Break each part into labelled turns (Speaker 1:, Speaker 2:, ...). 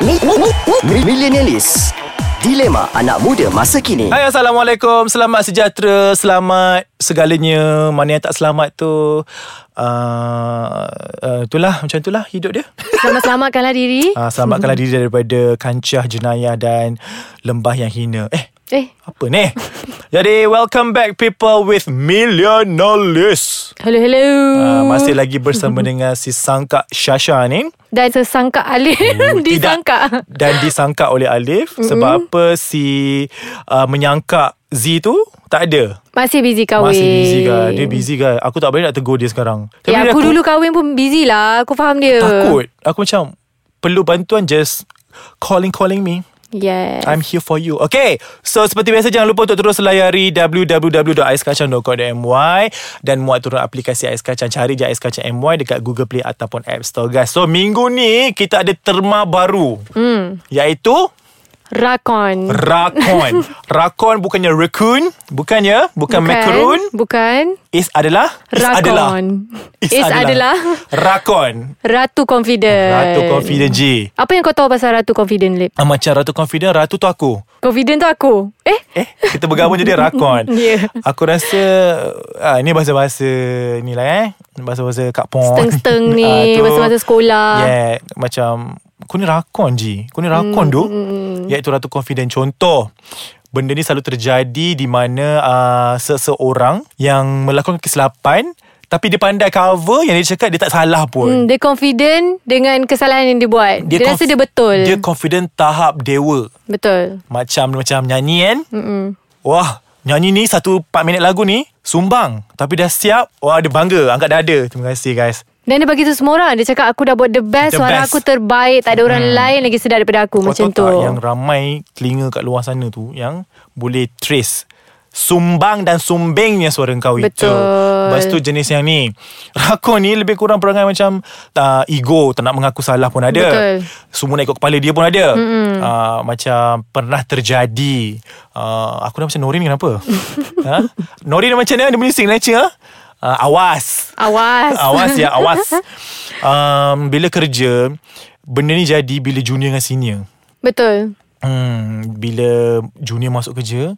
Speaker 1: Mi- mi- mi- mi- Millenialis Dilema anak muda masa kini
Speaker 2: Hai Assalamualaikum Selamat sejahtera Selamat segalanya Mana yang tak selamat tu uh, uh, Itulah Macam itulah hidup dia
Speaker 3: Selamat-selamatkanlah diri.
Speaker 2: uh, Selamatkanlah diri daripada Kancah jenayah dan Lembah yang hina Eh
Speaker 3: Eh,
Speaker 2: apa ni Jadi welcome back people with Millionaires
Speaker 3: hello hello.
Speaker 2: uh, Masih lagi bersama dengan si Sangka Shasha ni
Speaker 3: Dan sesangka Alif
Speaker 2: Hmm,
Speaker 3: disangka.
Speaker 2: Dan disangka oleh Alif mm-hmm. Sebab apa si uh, Menyangka Z tu tak ada
Speaker 3: Masih busy kahwin.
Speaker 2: Masih busy kan Dia busy kan Aku tak boleh nak tegur dia sekarang Tapi
Speaker 3: Oh, Ya,
Speaker 2: dia
Speaker 3: aku, dulu kahwin pun busy lah. Aku faham dia.
Speaker 2: Takut Aku macam Perlu bantuan just Calling calling me
Speaker 3: Yes.
Speaker 2: I'm here for you Okay So seperti biasa Jangan lupa untuk terus layari www.aiskacang.com.my Dan muat turun aplikasi Ais Kacang Cari je Ais Kacang MY Dekat Google Play Ataupun App Store guys So minggu ni Kita ada terma baru hmm. Iaitu
Speaker 3: Rakon.
Speaker 2: Rakon Rakon bukannya raccoon Bukannya Bukan, bukan. macaroon
Speaker 3: Bukan.
Speaker 2: Is adalah Is
Speaker 3: Rakon.
Speaker 2: adalah
Speaker 3: Is, adalah. Eh.
Speaker 2: Rakon
Speaker 3: Ratu Confident.
Speaker 2: Ratu Confident G
Speaker 3: Apa yang kau tahu pasal Ratu Confident, Lip?
Speaker 2: Ah, Macam Ratu Confident Ratu tu aku
Speaker 3: Confident tu aku. Eh?
Speaker 2: Eh kita bergabung jadi Rakon
Speaker 3: Ya.
Speaker 2: Aku rasa ah, Ni bahasa-bahasa Ni lah eh Bahasa-bahasa Kak Pon
Speaker 3: Steng-steng ni,
Speaker 2: Ah, tu.
Speaker 3: bahasa-bahasa sekolah.
Speaker 2: Yeah Macam Kau ni Rakon G Kau ni Rakon tu
Speaker 3: Hmm,
Speaker 2: Iaitu Ratu Confident Contoh Benda ni selalu terjadi di mana uh, seseorang yang melakukan kesilapan tapi dia pandai cover yang dia cakap dia tak salah pun.
Speaker 3: Hmm, dia confident dengan kesalahan yang dia buat. Dia, dia rasa
Speaker 2: conf-
Speaker 3: dia betul.
Speaker 2: Dia confident tahap dewa.
Speaker 3: betul.
Speaker 2: Macam macam nyanyi kan? Mm-mm. Wah, nyanyi ni satu 4 minit lagu ni sumbang tapi dah siap. Wah, dia bangga angkat dada. Terima kasih guys.
Speaker 3: Dan dia bagi tu semua orang Dia cakap aku dah buat the best
Speaker 2: The
Speaker 3: the Suara
Speaker 2: best.
Speaker 3: aku terbaik Tak ada orang hmm. lain lagi sedap daripada aku
Speaker 2: Kau
Speaker 3: Macam
Speaker 2: tahu
Speaker 3: tu
Speaker 2: tak yang ramai telinga kat luar sana tu yang boleh trace sumbang dan sumbingnya suara kau itu.
Speaker 3: Betul.
Speaker 2: Lepas tu jenis yang ni. Rakon ni lebih kurang perangai macam uh, ego, tak nak mengaku salah pun ada.
Speaker 3: Betul.
Speaker 2: Semua nak ikut kepala dia pun ada. Mm-hmm. Uh, macam pernah terjadi. Uh, aku dah macam Norin kenapa? ha? Norin macam mana dia punya signature? Uh, awas.
Speaker 3: Awas
Speaker 2: Awas ya awas um, Bila kerja Benda ni jadi Bila junior dengan senior
Speaker 3: Betul
Speaker 2: hmm, Bila junior masuk kerja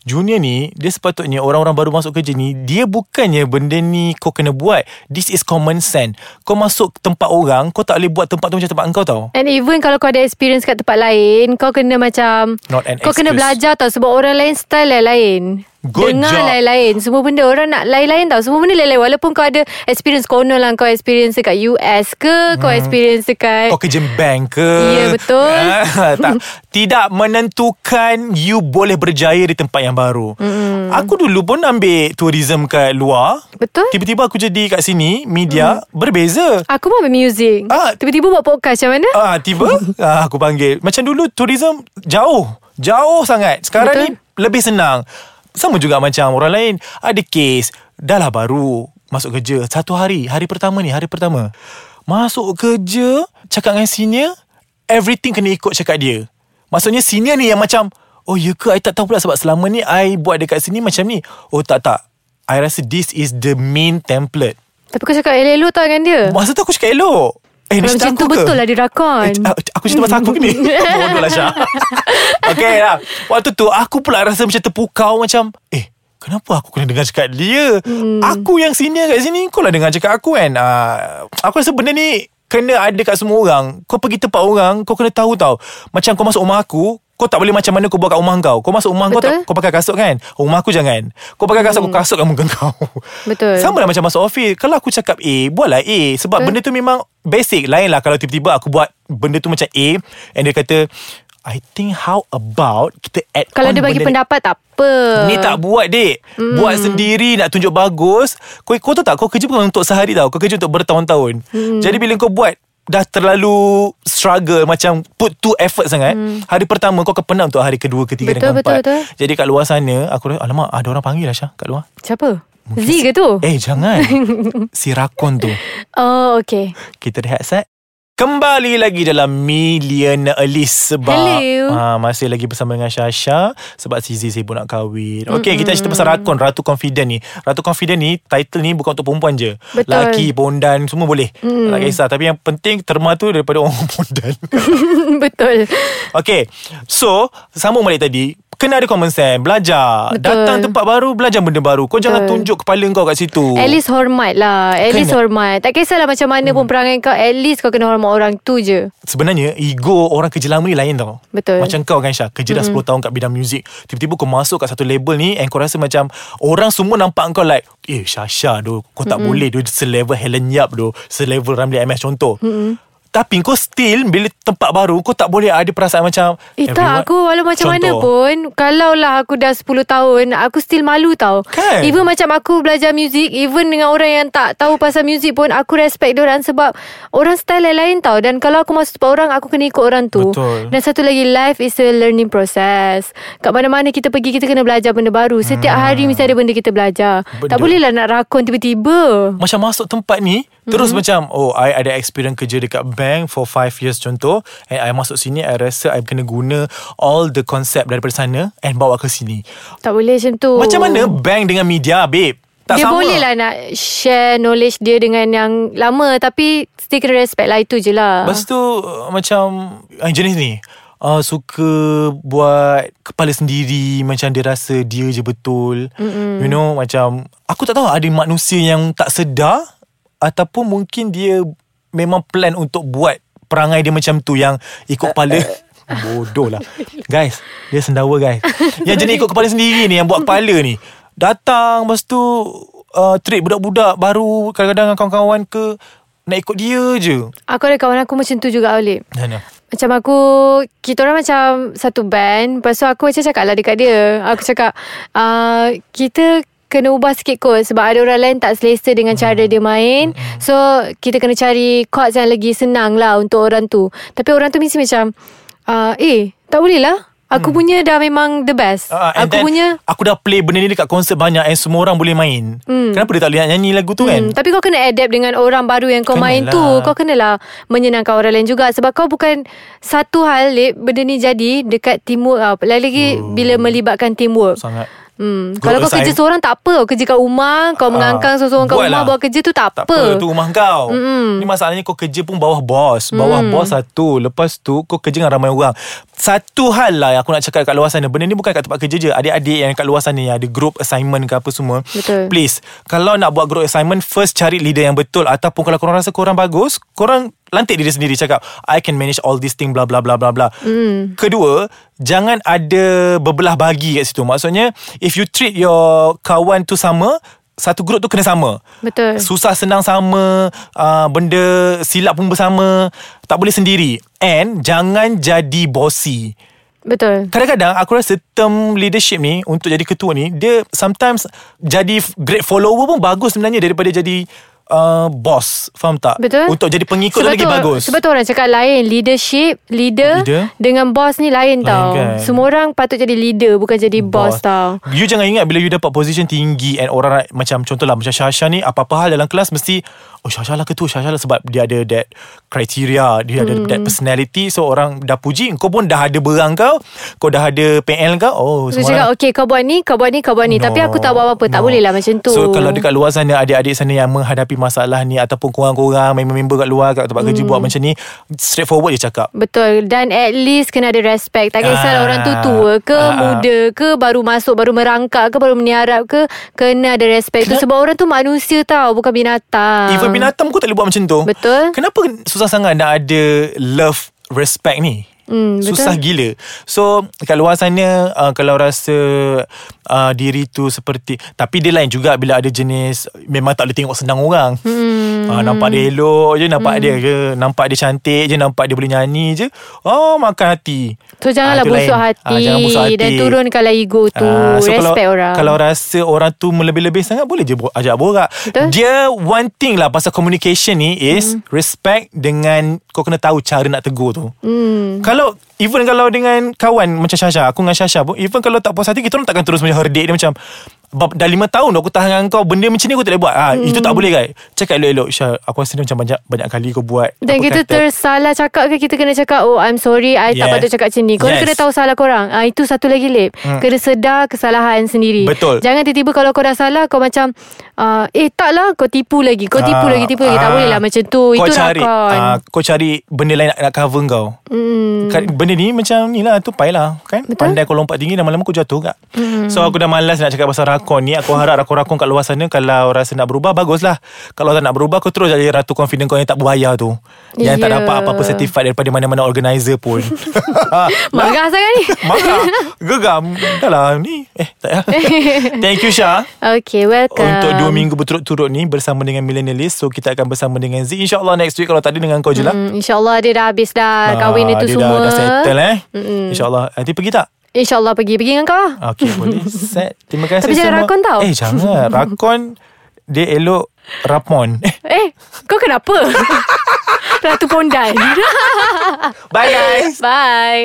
Speaker 2: Junior ni Dia sepatutnya Orang-orang baru masuk kerja ni Dia bukannya Benda ni kau kena buat This is common sense Kau masuk tempat orang Kau tak boleh buat tempat tu Macam tempat engkau tau
Speaker 3: And even kalau kau ada experience kat tempat lain Kau kena macam
Speaker 2: Not an
Speaker 3: Kau kena
Speaker 2: excuse.
Speaker 3: belajar tau Sebab orang lain style lain-lain
Speaker 2: Good
Speaker 3: Dengar
Speaker 2: job.
Speaker 3: lain-lain Semua benda orang nak lain-lain tau Semua benda lain-lain Walaupun kau ada experience konon lah Kau experience dekat US ke Kau
Speaker 2: Hmm.
Speaker 3: experience dekat
Speaker 2: Kau kerja bank ke
Speaker 3: Ya, betul.
Speaker 2: Ah, tak. Tidak menentukan You boleh berjaya Di tempat yang baru mm. Aku dulu pun ambil Tourism kat luar
Speaker 3: Betul.
Speaker 2: Tiba-tiba aku jadi kat sini Media mm. Berbeza
Speaker 3: Aku pun ambil music
Speaker 2: Ah.
Speaker 3: Tiba-tiba buat podcast macam mana
Speaker 2: Ah Tiba ah, Aku panggil Macam dulu tourism Jauh Jauh sangat Sekarang
Speaker 3: Betul.
Speaker 2: ni Lebih senang Sama juga macam orang lain Ada kes Dah lah baru Masuk kerja Satu hari Hari pertama ni Hari pertama Masuk kerja Cakap dengan senior Everything kena ikut cakap dia Maksudnya senior ni yang macam Oh ya ke I tak tahu pula Sebab selama ni I buat dekat sini macam ni Oh tak tak I rasa this is the main template
Speaker 3: Tapi kau cakap elok-elok tau dengan dia
Speaker 2: Masa tu aku cakap elok Eh, ni cerita
Speaker 3: Macam tu
Speaker 2: aku ke?
Speaker 3: betul lah dia rakon
Speaker 2: Eh, c- aku cerita pasal aku ke ni Bodoh lah Syah Okay lah Waktu tu aku pula rasa macam terpukau Macam Eh Kenapa aku kena dengar cakap dia hmm. Aku yang senior kat sini Kau lah dengar cakap aku kan uh, Aku rasa benda ni Kena ada kat semua orang Kau pergi tempat orang Kau kena tahu tau Macam kau masuk rumah aku kau tak boleh macam mana kau buat kat rumah kau Kau masuk rumah
Speaker 3: Betul.
Speaker 2: kau tak, Kau pakai kasut kan Rumah aku jangan Kau pakai kasut Kau kasut kat muka kau
Speaker 3: Betul.
Speaker 2: Sama lah macam masuk office Kalau aku cakap A Buatlah A Sebab
Speaker 3: Betul.
Speaker 2: benda tu memang Basic lain lah Kalau tiba-tiba aku buat Benda tu macam A And dia kata I think how about Kita add
Speaker 3: Kalau
Speaker 2: on
Speaker 3: dia bagi
Speaker 2: benda ni."
Speaker 3: pendapat Hmm. tak apa
Speaker 2: Ni tak buat dek mm. Buat sendiri Nak tunjuk bagus Kau kau tahu tak Kau kerja bukan untuk sehari tau Kau kerja untuk bertahun-tahun mm.
Speaker 3: Hmm.
Speaker 2: Jadi bila kau buat Dah terlalu Struggle Macam put too effort sangat mm. Hari pertama kau akan penat Untuk hari kedua Ketiga
Speaker 3: Hmm. Betul,
Speaker 2: dan keempat
Speaker 3: betul, betul.
Speaker 2: Jadi kat luar sana Aku rasa Alamak ada orang panggil lah Syah Kat luar
Speaker 3: Siapa? Z ke tu?
Speaker 2: Eh jangan Eh, Si Rakon tu
Speaker 3: Oh okay
Speaker 2: Kita rehat set Kembali lagi dalam Millionaire List sebab
Speaker 3: Hello.
Speaker 2: Ah, masih lagi bersama dengan Syasha sebab Sizi sibuk nak kahwin. Okey, kita cerita pasal rakun Ratu Confident ni. Ratu Confident ni title ni bukan untuk perempuan je.
Speaker 3: Betul.
Speaker 2: Laki, bondan semua boleh. Mm. Tak kisah tapi yang penting terma tu daripada orang bondan.
Speaker 3: Betul
Speaker 2: Okay So Sambung balik tadi Kena ada common sense Belajar
Speaker 3: Betul.
Speaker 2: Datang tempat baru Belajar benda baru Kau Betul. jangan
Speaker 3: Betul.
Speaker 2: tunjuk kepala kau kat situ
Speaker 3: At least hormat lah At
Speaker 2: Kena.
Speaker 3: least hormat Tak kisahlah macam mana
Speaker 2: Hmm.
Speaker 3: pun perangai kau At least kau kena hormat orang tu je
Speaker 2: Sebenarnya Ego orang kerja lama ni lain tau
Speaker 3: Betul.
Speaker 2: Macam kau kan Syah Kerja dah mm-hmm. 10 tahun kat bidang muzik Tiba-tiba kau masuk kat satu label ni And kau rasa macam Orang semua nampak kau like Eh Syah Syah doh Kau tak mm-hmm. boleh doh Selevel Helen Yap doh Selevel Ramli MS contoh mm-hmm. Tapi kau still Bila tempat baru Kau tak boleh ada perasaan macam
Speaker 3: Eh
Speaker 2: everyone-
Speaker 3: tak aku walau macam mana pun Kalau lah aku dah 10 tahun Aku still malu tau
Speaker 2: Kan?
Speaker 3: Even macam aku belajar muzik Even dengan orang yang tak tahu pasal muzik pun Aku respect orang sebab Orang style lain-lain tau Dan kalau aku masuk tempat orang Aku kena ikut orang tu
Speaker 2: Betul.
Speaker 3: Dan satu lagi life is a learning process Kat mana-mana kita pergi Kita kena belajar benda baru Setiap hari
Speaker 2: Hmm.
Speaker 3: mesti ada benda kita belajar
Speaker 2: Benda-
Speaker 3: Tak boleh lah nak rakun tiba-tiba
Speaker 2: macam masuk tempat ni terus macam oh I ada experience kerja dekat bank for 5 years contoh and I masuk sini I rasa I kena guna all the concept daripada sana and bawa ke sini.
Speaker 3: Tak boleh macam tu
Speaker 2: Macam mana bank dengan media babe? Tak
Speaker 3: dia
Speaker 2: sama.
Speaker 3: boleh lah nak share knowledge dia dengan yang lama tapi still kena respect lah itu je lah.
Speaker 2: Lepas tu uh, macam uh, jenis ni uh, suka buat kepala sendiri macam dia rasa dia je betul. Mm-mm. You know macam aku tak tahu ada manusia yang tak sedar ataupun mungkin dia memang plan untuk buat perangai dia macam tu yang ikut kepala bodoh lah. Guys, dia sendawa guys. Yang jenis ikut kepala sendiri ni yang buat kepala ni. Datang lepas tu uh, treat budak-budak baru kadang-kadang dengan kawan-kawan ke nak ikut dia je.
Speaker 3: Aku ada kawan aku macam tu juga Alip.
Speaker 2: Mana?
Speaker 3: Macam aku Kita orang macam Satu band Lepas tu aku macam cakap lah Dekat dia Aku cakap uh, Kita Kena ubah sikit kot Sebab ada orang lain Tak selesa dengan cara dia main So Kita kena cari Chords yang lagi senang lah Untuk orang tu Tapi orang tu mesti macam uh, Eh Tak boleh lah Aku punya dah memang the best
Speaker 2: Hmm. Ah, and
Speaker 3: Aku
Speaker 2: then,
Speaker 3: punya
Speaker 2: Aku dah play benda ni dekat konsert banyak And semua orang boleh main mm. Kenapa dia tak boleh nyanyi lagu tu kan
Speaker 3: Hmm, tapi kau kena adapt dengan orang baru yang kau
Speaker 2: Kenalah.
Speaker 3: main tu. Kau kenalah menyenangkan orang lain juga. Sebab kau bukan satu hal, Lip, benda ni jadi dekat teamwork. tau. Lagi-lagi
Speaker 2: Hmm.
Speaker 3: bila melibatkan teamwork.
Speaker 2: Sangat
Speaker 3: Hmm.
Speaker 2: Group
Speaker 3: Kalau kau
Speaker 2: assign-
Speaker 3: kerja seorang tak apa. Kau kerja kat rumah, kau mengangkang seseorang kat
Speaker 2: Ah, buat
Speaker 3: rumah,
Speaker 2: lah.
Speaker 3: buat kerja tu tak,
Speaker 2: Tak apa Tu rumah kau mm Ni masalahnya kau kerja pun bawah bos Bawah mm. bos satu Lepas tu kau kerja dengan ramai orang Satu hal lah yang aku nak cakap kat luar sana Benda ni bukan kat tempat kerja je Adik-adik yang kat luar sana Yang ada group assignment ke apa semua
Speaker 3: Betul.
Speaker 2: Please Kalau nak buat group assignment First cari leader yang betul Ataupun kalau korang rasa korang bagus Korang lantik diri sendiri cakap I can manage all these thing bla bla bla bla bla. Mm. Kedua, jangan ada berbelah bagi kat situ. Maksudnya if you treat your kawan tu sama, satu grup tu kena sama.
Speaker 3: Betul.
Speaker 2: Susah senang sama uh, Benda silap pun bersama Tak boleh sendiri And Jangan jadi bossy
Speaker 3: Betul.
Speaker 2: Kadang-kadang aku rasa term leadership ni Untuk jadi ketua ni Dia sometimes Jadi f- great follower pun bagus sebenarnya Daripada jadi uh, boss Faham tak?
Speaker 3: Betul
Speaker 2: Untuk jadi pengikut tu
Speaker 3: sebab
Speaker 2: lagi
Speaker 3: tu,
Speaker 2: bagus
Speaker 3: Sebab tu orang cakap lain Leadership Leader,
Speaker 2: Leader.
Speaker 3: leader. Dengan boss ni lain,
Speaker 2: Lain
Speaker 3: tau
Speaker 2: kan.
Speaker 3: Semua orang patut jadi leader Bukan jadi boss, boss tau
Speaker 2: You jangan ingat Bila you dapat position tinggi And orang Macam contohlah Macam Syasha ni Apa-apa hal dalam kelas Mesti Oh Syasha lah ketua Syasha lah Sebab dia ada that Criteria Dia ada
Speaker 3: Hmm.
Speaker 2: that personality So orang dah puji Kau pun dah ada berang kau Kau dah ada PL kau Oh
Speaker 3: Dia
Speaker 2: semua
Speaker 3: cakap
Speaker 2: orang-
Speaker 3: okay kau buat ni Kau buat ni Kau buat ni no, Tapi aku tak buat apa-apa no. Tak boleh lah macam tu
Speaker 2: So kalau dekat luar sana Adik-adik sana yang menghadapi masalah ni Ataupun korang-korang Member-member kat luar Kat tempat hmm. kerja buat macam ni Straightforward je cakap
Speaker 3: Betul Dan at least kena ada respect Tak
Speaker 2: Ah.
Speaker 3: kisahlah orang tu tua ke
Speaker 2: Ah.
Speaker 3: Muda ke Baru masuk Baru merangkak ke Baru meniarap ke Kena ada respect tu Sebab orang tu manusia tau Bukan binatang
Speaker 2: Even binatang pun tak boleh buat macam tu
Speaker 3: Ah. Betul.
Speaker 2: Kenapa susah sangat nak ada love respect ni?
Speaker 3: Hmm, betul.
Speaker 2: Susah gila So kat luar sana uh, Kalau rasa uh, Diri tu seperti Tapi dia lain juga Bila ada jenis Memang tak boleh tengok senang orang hmm. uh, Nampak dia elok je Nampak hmm. dia ke Nampak dia cantik je Nampak dia boleh nyanyi je Oh makan hati
Speaker 3: So janganlah
Speaker 2: Ah, itu
Speaker 3: busuk,
Speaker 2: lain.
Speaker 3: hati,
Speaker 2: Ah, jangan busuk hati
Speaker 3: Dan turunkanlah ego tu
Speaker 2: Ah,
Speaker 3: Respect
Speaker 2: kalau,
Speaker 3: orang
Speaker 2: Kalau rasa orang tu melebih-lebih sangat Boleh je bo- ajak borak
Speaker 3: Betul.
Speaker 2: Dia one thing lah Pasal communication ni Is hmm. respect dengan Kau kena tahu cara nak tegur tu hmm. Kalau Even kalau dengan kawan Macam Syasha Aku dengan Syasha pun Even kalau tak puas hati Kita orang takkan terus macam herdik Dia macam bab- Dah lima tahun aku tahan dengan kau Benda macam ni aku tak boleh buat ha, Itu
Speaker 3: Hmm.
Speaker 2: tak boleh kan Cakap elok-elok Syah aku rasa ni macam banyak Banyak kali kau buat
Speaker 3: Dan
Speaker 2: Aku kata-
Speaker 3: kita tersalah cakap ke Kita kena cakap Oh I'm sorry I tak
Speaker 2: Yes.
Speaker 3: patut cakap macam ni Korang
Speaker 2: Yes.
Speaker 3: kena tahu salah korang ah, Itu satu lagi lip hmm. Kena sedar kesalahan sendiri
Speaker 2: Betul.
Speaker 3: Jangan tiba-tiba kalau kau dah salah Kau macam ah, Eh tak lah Kau tipu lagi Kau tipu
Speaker 2: Ah,
Speaker 3: lagi Tipu lagi Tak
Speaker 2: ah.
Speaker 3: boleh lah macam
Speaker 2: Kau
Speaker 3: tu Itu
Speaker 2: cari
Speaker 3: rakon
Speaker 2: ah, Kau cari Benda lain nak, nak cover kau mm. Benda ni macam ni lah Tupai lah kan?
Speaker 3: Betul.
Speaker 2: Pandai kau lompat tinggi Dan malam aku jatuh kat mm. So aku dah malas nak cakap pasal rakon ni Aku harap rakon-rakon kat luar sana Kalau rasa nak berubah Bagus lah Kalau tak nak berubah Kau terus jadi ratu confident kau Yang tak berbayar tu Yang tak
Speaker 3: Ya.
Speaker 2: dapat apa-apa certified Daripada mana-mana organizer pun
Speaker 3: Marah sangat ni
Speaker 2: Marah Gegam Dah lah ni Eh tak payah Thank you Syah
Speaker 3: Okay welcome
Speaker 2: untuk dua minggu berturut-turut ni Bersama dengan Millennialist So kita akan bersama dengan Z InsyaAllah next week Kalau tak ada dengan kau je lah
Speaker 3: Hmm, InsyaAllah dia dah habis dah
Speaker 2: Ah,
Speaker 3: Kahwin itu
Speaker 2: dia
Speaker 3: semua
Speaker 2: Dah, dah settle eh Mm-mm. InsyaAllah Nanti pergi tak?
Speaker 3: InsyaAllah pergi Pergi dengan kau lah
Speaker 2: Okay boleh Set Terima kasih
Speaker 3: Tapi jangan
Speaker 2: semua.
Speaker 3: rakon tau.
Speaker 2: Eh jangan Rakon Dia elok Rapon Eh
Speaker 3: Eh kau kenapa? Ratu Pondan
Speaker 2: Bye guys
Speaker 3: Bye